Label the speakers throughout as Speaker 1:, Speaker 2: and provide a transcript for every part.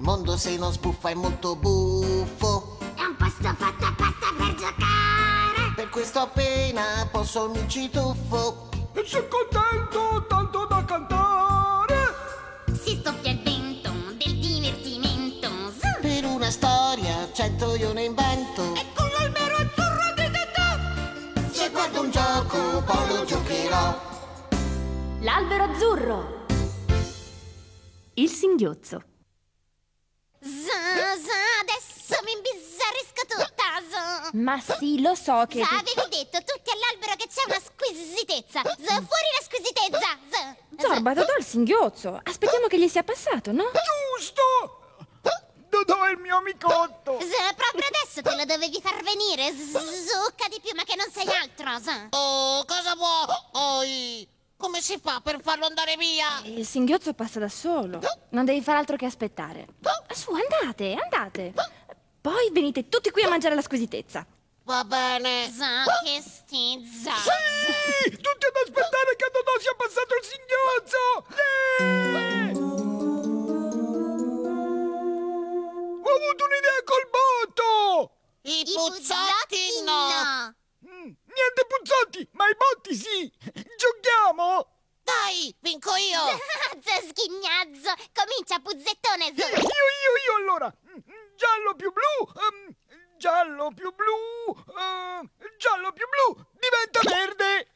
Speaker 1: mondo se non sbuffa è molto buffo.
Speaker 2: È un posto fatto apposta per giocare.
Speaker 1: Per questo appena posso mi ci tuffo.
Speaker 3: E sono contento tanto da cantare.
Speaker 2: Si soffia il vento del divertimento. Zu!
Speaker 1: Per una storia cento io ne invento.
Speaker 2: E con l'albero azzurro di Totò.
Speaker 1: Se guardo un gioco poi lo giocherò.
Speaker 4: L'albero azzurro. Il singhiozzo.
Speaker 2: Za, za, adesso mi imbizzarrisco tutta. Za.
Speaker 4: Ma sì, lo so che...
Speaker 2: Za, avevi detto tutti all'albero che c'è una squisitezza. Za, fuori la squisitezza. Za.
Speaker 4: Zorba, Totò il singhiozzo. Aspettiamo che gli sia passato, no?
Speaker 3: Giusto! Do- Dov'è il mio amicotto?
Speaker 2: Z- proprio adesso te lo dovevi far venire. Z- Zucca di più, ma che non sei altro. z-
Speaker 5: Oh, cosa vuoi? Oi, come si fa per farlo andare via?
Speaker 4: Il singhiozzo passa da solo. Non devi far altro che aspettare. Su, andate, andate. Poi venite tutti qui a mangiare la squisitezza.
Speaker 5: Va bene.
Speaker 2: Z- che sti za.
Speaker 3: Sì! Tutti ad aspettare che Dodò sia passato il singhiozzo! Sì! Ho avuto un'idea col botto!
Speaker 5: I, puzzotti no.
Speaker 3: Mm, Niente puzzotti, ma i botti sì! Giochiamo!
Speaker 5: Dai, vinco io.
Speaker 2: Z- sghignazzo. Comincia, puzzettone.
Speaker 3: Io,
Speaker 2: Z-
Speaker 3: io, io allora! Mm, Giallo più blu! ehm, giallo più blu! ehm, giallo più blu! Diventa verde!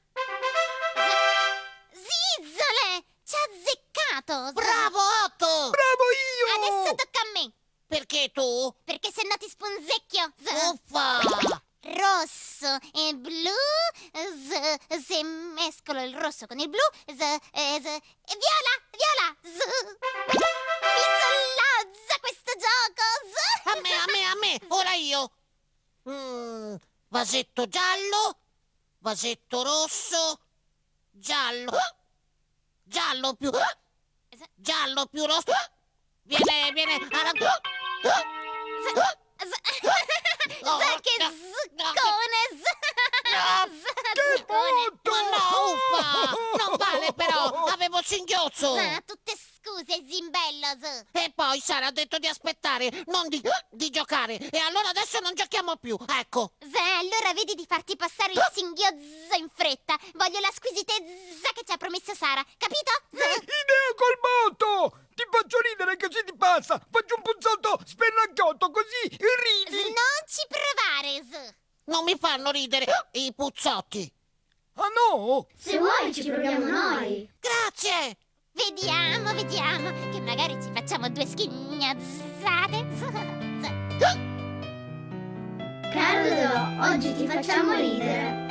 Speaker 2: Zizzole, ci ha azzeccato. z-
Speaker 5: Bravo, Otto.
Speaker 3: Bravo io!
Speaker 2: Adesso tocca a me,
Speaker 5: Perché tu?
Speaker 2: perché se no ti sponzecchio. Z-
Speaker 5: Uffa.
Speaker 2: rosso e blu. z- se mescolo il rosso con il blu, z- e z- e viola, viola. z. Mi sollazza questo gioco. z.
Speaker 5: A me, a me, a me. Ora io. Mm, vasetto giallo. Vasetto rosso. Giallo. Giallo più. Giallo più rosso. Viene, viene. aran-
Speaker 2: Z- z-
Speaker 5: Oh,
Speaker 2: z- che
Speaker 5: no,
Speaker 2: zuccone. z. Z-
Speaker 3: Che
Speaker 2: zuccone.
Speaker 3: botto!
Speaker 5: Ma no, uffa! Non vale però! Avevo il singhiozzo!
Speaker 1: Eh?
Speaker 2: Z, tutte scuse, zimbello. z.
Speaker 5: E poi Sara ha detto di aspettare, non di, di giocare. E allora adesso non giochiamo più, ecco.
Speaker 2: Zè, allora vedi di farti passare il singhiozzo in fretta. Voglio la squisitezza che ci ha promesso Sara, capito? Zè,
Speaker 3: Idea col botto! Ti faccio ridere così ti passa! Faccio un puzzotto spennacchiotto così ridi!
Speaker 2: non ci provare, Zè.
Speaker 5: Non mi fanno ridere i puzzotti.
Speaker 3: Ah no!
Speaker 6: Se vuoi ci proviamo noi.
Speaker 5: Grazie!
Speaker 2: Vediamo, vediamo, che magari ci facciamo due schignazzate. Zè, zè.
Speaker 6: Caro Dodò, oggi ti facciamo ridere.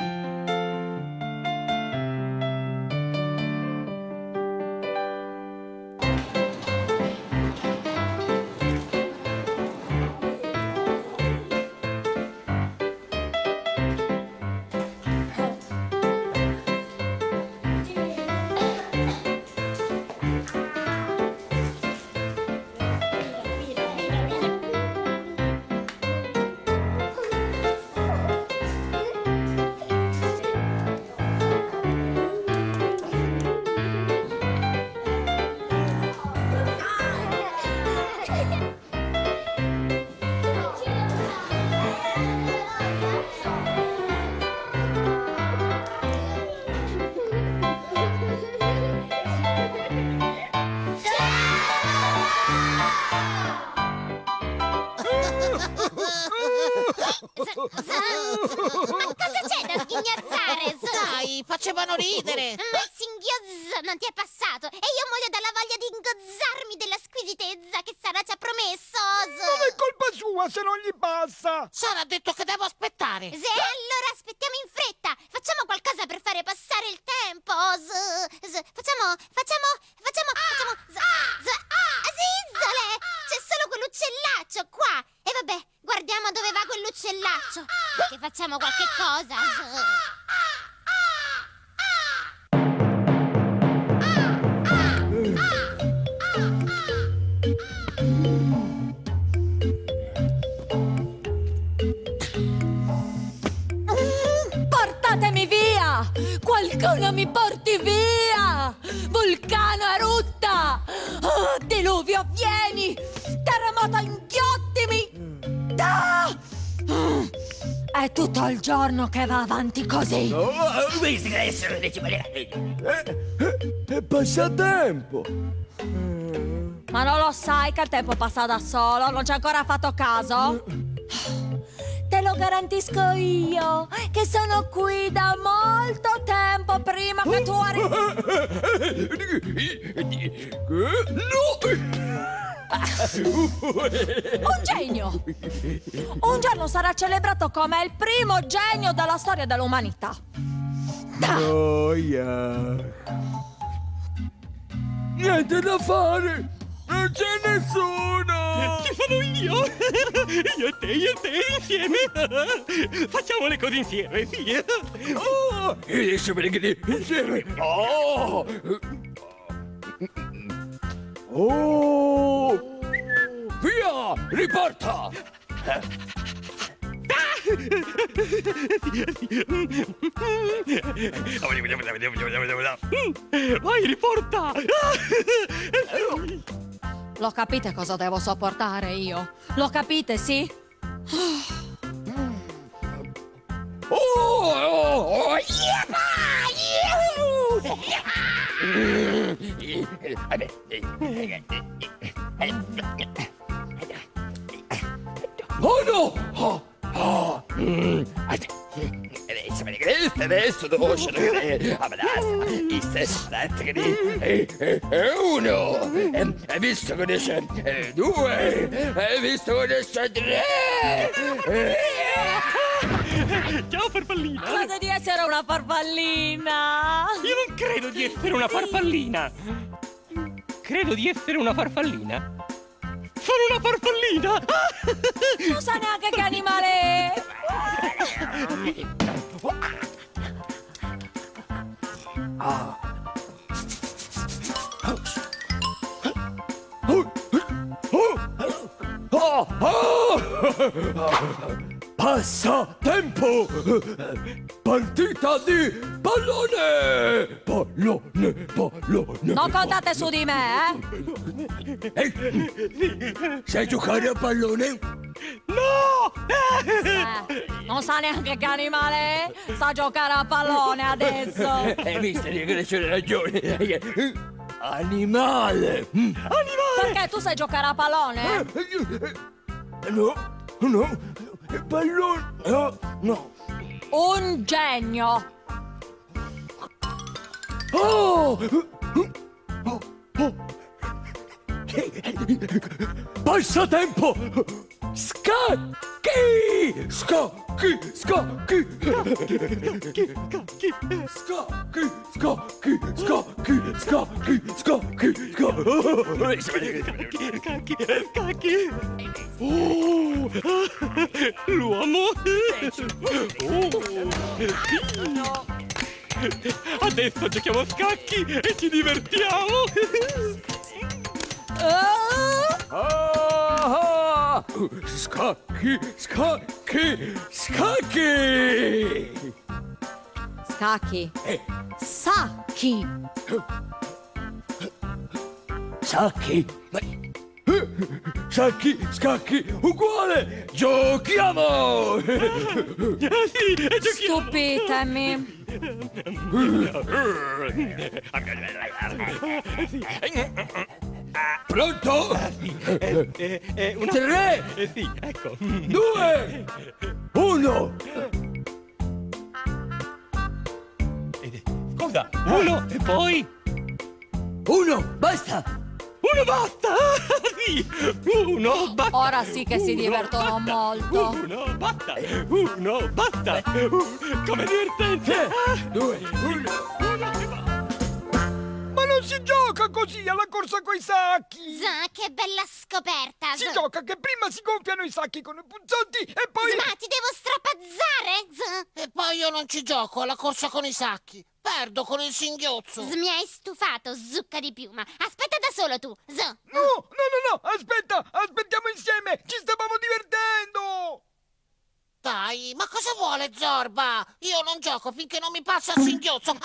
Speaker 2: Ma cosa c'è da sghignazzare, Zè?
Speaker 5: Dai, facevano ridere!
Speaker 2: Ma il singhiozzo non ti è passato e io muoio dalla voglia di ingozzarmi della squisitezza che Sara ci ha promesso.
Speaker 3: Non è
Speaker 2: Zè,
Speaker 3: colpa sua se non gli passa!
Speaker 5: Sara ha detto che devo aspettare!
Speaker 2: Zè, allora aspettiamo in fretta. Facciamo qualcosa per fare passare il tempo. Zè, zè, facciamo, facciamo, facciamo, facciamo. Zè, zè, ah, zizzole! C'è solo quell'uccellaccio qua. E vabbè, guardiamo dove va quell'uccellaccio. Che facciamo qualche cosa. Zè.
Speaker 7: Portatemi via! Qualcuno mi porti
Speaker 4: Oh,
Speaker 7: via! Vulcano a rutta! Ah, diluvio, vieni! Terremoto!
Speaker 4: chiamata inghiottimi! Ah! Mm. È tutto il giorno che va avanti così!
Speaker 8: Questi deve essere invece maniera.
Speaker 9: È passatempo!
Speaker 4: Ma non lo sai che il tempo passa da solo? Non ci hai ancora fatto caso? Te lo garantisco io che sono qui da molto tempo prima che tu arrivi. Un genio! Un giorno sarà celebrato come il primo genio della storia dell'umanità.
Speaker 9: Noia! Niente da fare! Non c'è nessuno!
Speaker 8: Ci sono io! Io e te, io e te insieme! Facciamo le cose insieme, sì!
Speaker 9: Oh! Insieme! Oh! Oh! Via! Riporta!
Speaker 8: Mm. Vai, riporta!
Speaker 4: Lo capite cosa devo sopportare io? Lo capite, sì?
Speaker 9: Oh! oh, oh, oh no! Oh, oh. Mm. Adesso devo uscire. E "Eh, uno. E e visto che ne c'è eh, due. E visto che ne c'è tre. Eh.
Speaker 8: Ciao farfallina!
Speaker 4: Credo di essere una farfallina!
Speaker 8: Io non credo di essere una farfallina! Credo di essere una farfallina! Sono una farfallina!
Speaker 4: Non so neanche che animale è!
Speaker 9: Ah, ah! Passatempo! Partita di pallone! Pallone, pallone!
Speaker 4: Non contate su di me, eh!
Speaker 9: Eh, sai giocare a pallone?
Speaker 8: No!
Speaker 4: Eh, non sa neanche che animale è! Sa giocare a pallone adesso!
Speaker 9: Eh, mister, io credo c'è ragione! Animale! Mm.
Speaker 4: Perché tu sai giocare a pallone?
Speaker 9: No, no, pallone, no, no.
Speaker 4: Un genio!
Speaker 9: Oh! oh, oh. Passatempo! Scacchi! Scacchi! Scacchi! Scacchi! Scacchi! Scacchi! Scacchi! Scacchi! Scacchi!
Speaker 8: Cacchi, cacchi! Oh! L'uomo! Oh! Adesso giochiamo a scacchi e ci divertiamo!
Speaker 4: Eh,
Speaker 9: Ah! Scacchi! Scacchi! Scacchi!
Speaker 4: Scacchi!
Speaker 9: Eh.
Speaker 4: Sacchi!
Speaker 9: Sacchi! Ma- Eh, Sacchi, scacchi, uguale! Giochiamo!
Speaker 8: Ah, sì, e giochiamo!
Speaker 4: Stupitemi!
Speaker 9: Pronto?
Speaker 8: Eh, eh, eh, una...
Speaker 9: Tre,
Speaker 8: Eh, sì, ecco.
Speaker 9: due, uno!
Speaker 8: Eh, Scusa, uno e poi...
Speaker 9: Uno, basta!
Speaker 8: Uno basta! Sì! Uno basta!
Speaker 4: Ora sì che si
Speaker 8: Uno,
Speaker 4: divertono
Speaker 8: basta!
Speaker 4: molto.
Speaker 8: Uno basta! Uno basta! Uh, Come divertente!
Speaker 9: Tre,
Speaker 8: Ah!
Speaker 9: due, uno!
Speaker 8: Uno e basta!
Speaker 9: Ma non si gioca così alla corsa coi sacchi!
Speaker 2: Za, che bella scoperta!
Speaker 9: Si
Speaker 2: Z.
Speaker 9: gioca che prima si gonfiano i sacchi con i punzotti e poi...
Speaker 2: Ma ti devo strapazzare! Z.
Speaker 5: E poi io non ci gioco alla corsa con i sacchi. Perdo con il singhiozzo.
Speaker 2: Z, mi hai stufato, zucca di piuma! Aspetta da solo tu! Z.
Speaker 9: No, no, no, no, aspetta, aspettiamo insieme, ci stavamo divertendo!
Speaker 5: Dai, ma cosa vuole Zorba? Io non gioco finché non mi passa il singhiozzo. Ah,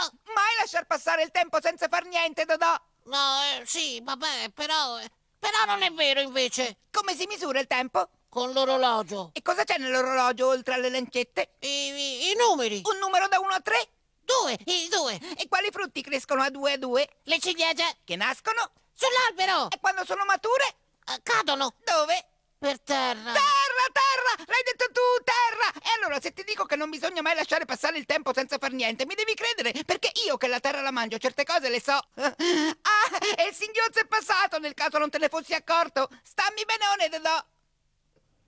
Speaker 5: ah!
Speaker 3: Mai lasciar passare il tempo senza far niente, Dodò!
Speaker 5: No, eh, sì, vabbè, però... eh, Però non è vero invece,
Speaker 10: Come si misura il tempo?
Speaker 5: con l'orologio.
Speaker 10: E cosa c'è nell'orologio oltre alle lancette?
Speaker 5: I, i- i numeri.
Speaker 10: Un numero da 1 a 3?
Speaker 5: Due, i due.
Speaker 10: E quali frutti crescono a 2 a 2?
Speaker 5: Le ciliegie
Speaker 10: Che nascono?
Speaker 5: sull'albero
Speaker 10: E quando sono mature?
Speaker 5: eh, cadono
Speaker 10: Dove?
Speaker 5: per terra.
Speaker 10: Terra, terra! L'hai detto tu, terra! E allora se ti dico che non bisogna mai lasciare passare il tempo senza far niente, mi devi credere, perché io che la terra la mangio, certe cose le so. Ah, e il singhiozzo è passato, nel caso non te ne fossi accorto. Stammi benone, Dodò!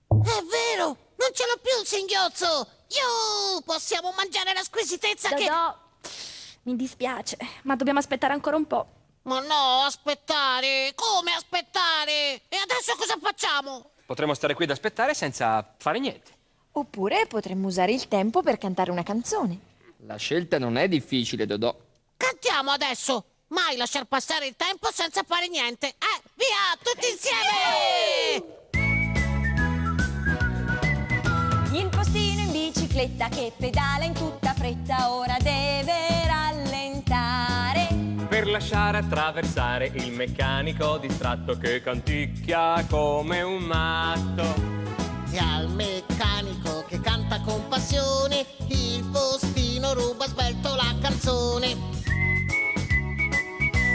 Speaker 5: È vero, non ce l'ho più il singhiozzo. Io possiamo mangiare la squisitezza che...
Speaker 4: Dodò, mi dispiace, ma dobbiamo aspettare ancora un po'.
Speaker 5: Ma no, aspettare. Come aspettare? E adesso cosa facciamo?
Speaker 8: Potremmo stare qui ad aspettare senza fare niente.
Speaker 7: Oppure potremmo usare il tempo per cantare una canzone.
Speaker 9: La scelta non è difficile, Dodò.
Speaker 5: Cantiamo adesso. Mai lasciar passare il tempo senza fare niente. Eh, via, tutti insieme!
Speaker 7: Il postino in bicicletta che pedala in tutta fretta ora deve rallentare.
Speaker 8: Per lasciare attraversare il meccanico distratto che canticchia come un matto.
Speaker 1: E al meccanico che canta con passione, il postino ruba svelto la canzone.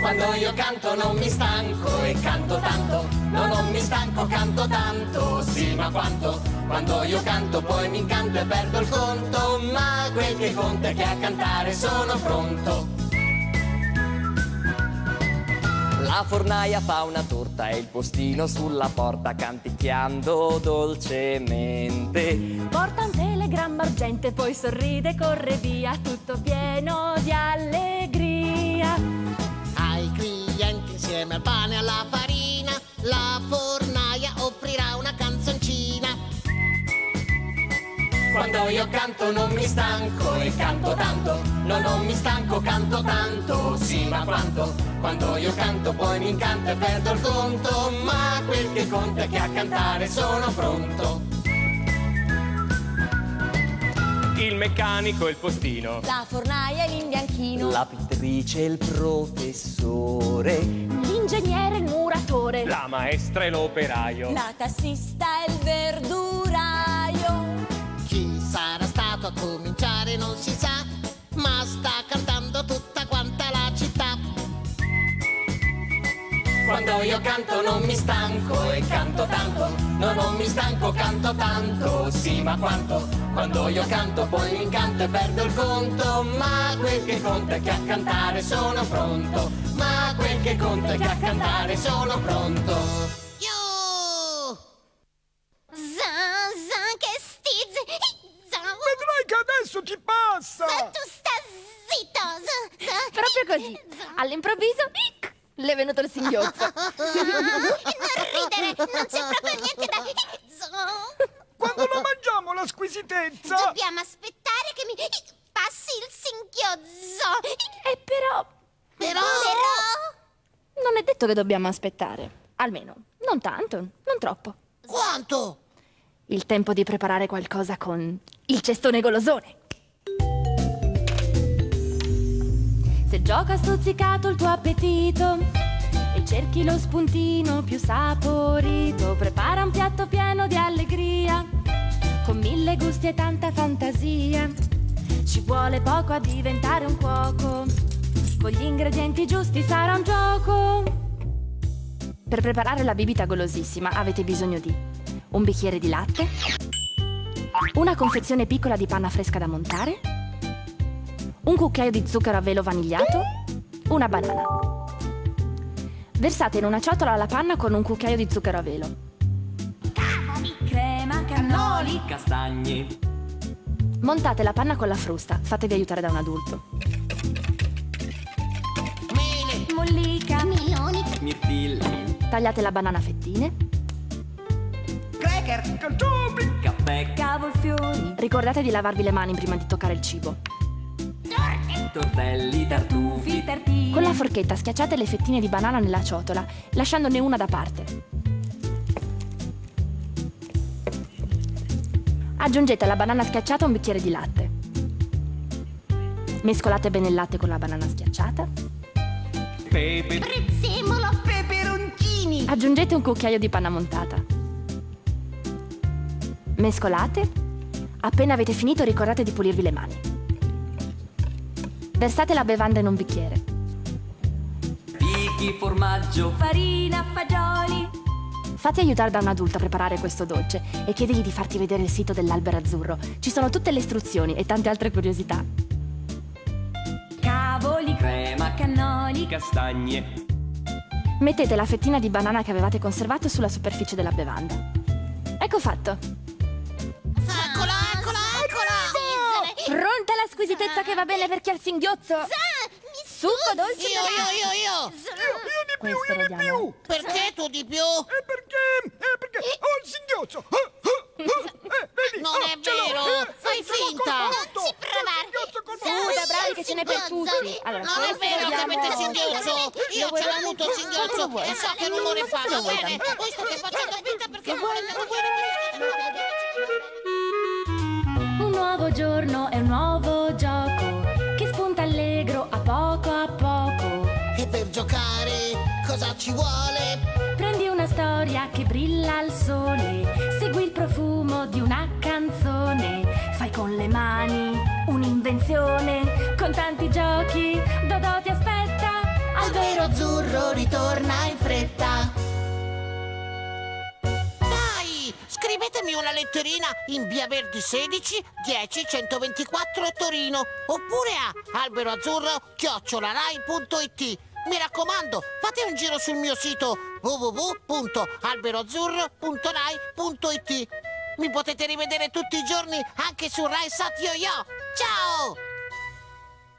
Speaker 1: Quando io canto non mi stanco e canto tanto, no non mi stanco, canto tanto, sì ma quanto. Quando io canto poi mi incanto e perdo il conto, ma quel che conta è che a cantare sono pronto.
Speaker 9: La fornaia fa una torta e il postino sulla porta canticchiando dolcemente.
Speaker 4: Porta un telegramma argente, poi sorride, corre via, tutto pieno di allegria.
Speaker 1: Ai clienti insieme al pane e alla farina, la fornaia offrirà una canzoncina. Quando io canto non mi stanco e canto tanto, no non mi stanco, canto tanto, sì ma quanto. Quando io canto poi mi incanto e perdo il conto, ma quel che conta è che a cantare sono pronto.
Speaker 8: Il meccanico e il postino.
Speaker 7: La fornaia e l'imbianchino.
Speaker 9: La pittrice e il professore.
Speaker 4: L'ingegnere, il muratore,
Speaker 8: La maestra e l'operaio.
Speaker 7: La tassista e il verduraio.
Speaker 1: Chi sarà stato a cominciare non si sa, ma sta cantando tutta quanta la città. Quando io canto non mi stanco e canto tanto, no non mi stanco, canto tanto, sì ma quanto. Quando io canto poi mi incanto e perdo il conto, ma quel che conta è che a cantare sono pronto, ma quel che conta è che a cantare sono pronto.
Speaker 5: Io!
Speaker 2: Zan, zan, che stizz! Zan,
Speaker 3: Vedrai che adesso ti passa!
Speaker 2: tu sta zitto! Z- z-
Speaker 4: proprio così. All'improvviso, ic, le è venuto il singhiozzo.
Speaker 2: Ah, Non ridere, non c'è proprio niente da... Zan.
Speaker 3: Quando la mangiamo la squisitezza?
Speaker 2: Dobbiamo aspettare che mi passi il singhiozzo.
Speaker 4: E però,
Speaker 2: Però...
Speaker 4: non è detto che dobbiamo aspettare. Almeno, non tanto, non troppo.
Speaker 5: Quanto?
Speaker 4: Il tempo di preparare qualcosa con il cestone golosone. Se gioca stuzzicato il tuo appetito e cerchi lo spuntino più saporito, prepara un piatto pieno di allegria, con mille gusti e tanta fantasia. Ci vuole poco a diventare un cuoco, con gli ingredienti giusti sarà un gioco. Per preparare la bibita golosissima avete bisogno di un bicchiere di latte, una confezione piccola di panna fresca da montare, un cucchiaio di zucchero a velo vanigliato, una banana. Versate in una ciotola la panna con un cucchiaio di zucchero a velo.
Speaker 7: Crema, cannoli.
Speaker 9: Castagne.
Speaker 4: Montate la panna con la frusta, fatevi aiutare da un adulto.
Speaker 5: Mele,
Speaker 7: Mollica.
Speaker 2: Meloni,
Speaker 9: Mirtilli.
Speaker 4: Tagliate la banana a fettine,
Speaker 10: Cracker,
Speaker 9: Caffè.
Speaker 7: Cavolfiori.
Speaker 4: ricordate di lavarvi le mani prima di toccare il cibo.
Speaker 9: Tortelli. Tartufi.
Speaker 7: Fitartini.
Speaker 4: Con la forchetta schiacciate le fettine di banana nella ciotola, lasciandone una da parte. Aggiungete alla banana schiacciata un bicchiere di latte. Mescolate bene il latte con la banana schiacciata.
Speaker 8: Pepe.
Speaker 2: prezzemolo,
Speaker 10: peperoncini.
Speaker 2: primi.
Speaker 4: Aggiungete un cucchiaio di panna montata. Mescolate. Appena avete finito ricordate di pulirvi le mani. Versate la bevanda in un bicchiere.
Speaker 11: Fichi, formaggio,
Speaker 4: Farina, fagioli. Fatti aiutare da un adulto a preparare questo dolce e chiedigli di farti vedere il sito dell'albero azzurro. Ci sono tutte le istruzioni e tante altre curiosità.
Speaker 11: cavoli, crema, cannoli, castagne.
Speaker 4: Mettete la fettina di banana che avevate conservato sulla superficie della bevanda. Ecco fatto.
Speaker 5: Eccola, eccola, eccola!
Speaker 4: Pronta la squisitezza che va bene per chi ha il singhiozzo. Succo dolce.
Speaker 5: Io, io, io, io!
Speaker 4: Questo lo diamo.
Speaker 5: Perché tu di più?
Speaker 3: Ah, perché? Eh, perché ho il singhiozzo! Ah, ah, ah, eh, vedi?
Speaker 5: Non
Speaker 3: Ah,
Speaker 5: è
Speaker 3: ce l'ho!
Speaker 5: vero.
Speaker 3: Eh, eh,
Speaker 5: Fai
Speaker 3: ce l'ho
Speaker 5: finta.
Speaker 3: colpotto.
Speaker 2: Non ci provare.
Speaker 4: Suda, bravi che ce n'è per tutti. Allora,
Speaker 5: Non è
Speaker 4: questo
Speaker 5: vero che
Speaker 4: lo diamo-
Speaker 5: avete il singhiozzo! Io ce l'ho avuto il singhiozzo!
Speaker 4: vuoi?
Speaker 5: E so che rumore fa, va bene? Voi state facendo finta perché volete
Speaker 4: Un nuovo giorno è un nuovo gioco che spunta allegro a poco a poco.
Speaker 5: E per giocare cosa ci vuole?
Speaker 4: Prendi una storia che brilla al sole, segui il profumo di una canzone, fai con le mani un'invenzione, con tanti giochi, Dodò ti aspetta, albero azzurro ritorna in fretta.
Speaker 5: Dai! Scrivetemi una letterina in via Verdi 16 10 124 Torino oppure a alberoazzurro chiocciolarai.it Mi raccomando, fate un giro sul mio sito www.alberoazzurro.rai.it Mi potete rivedere tutti i giorni anche su Rai Sat Yo Yo. Ciao!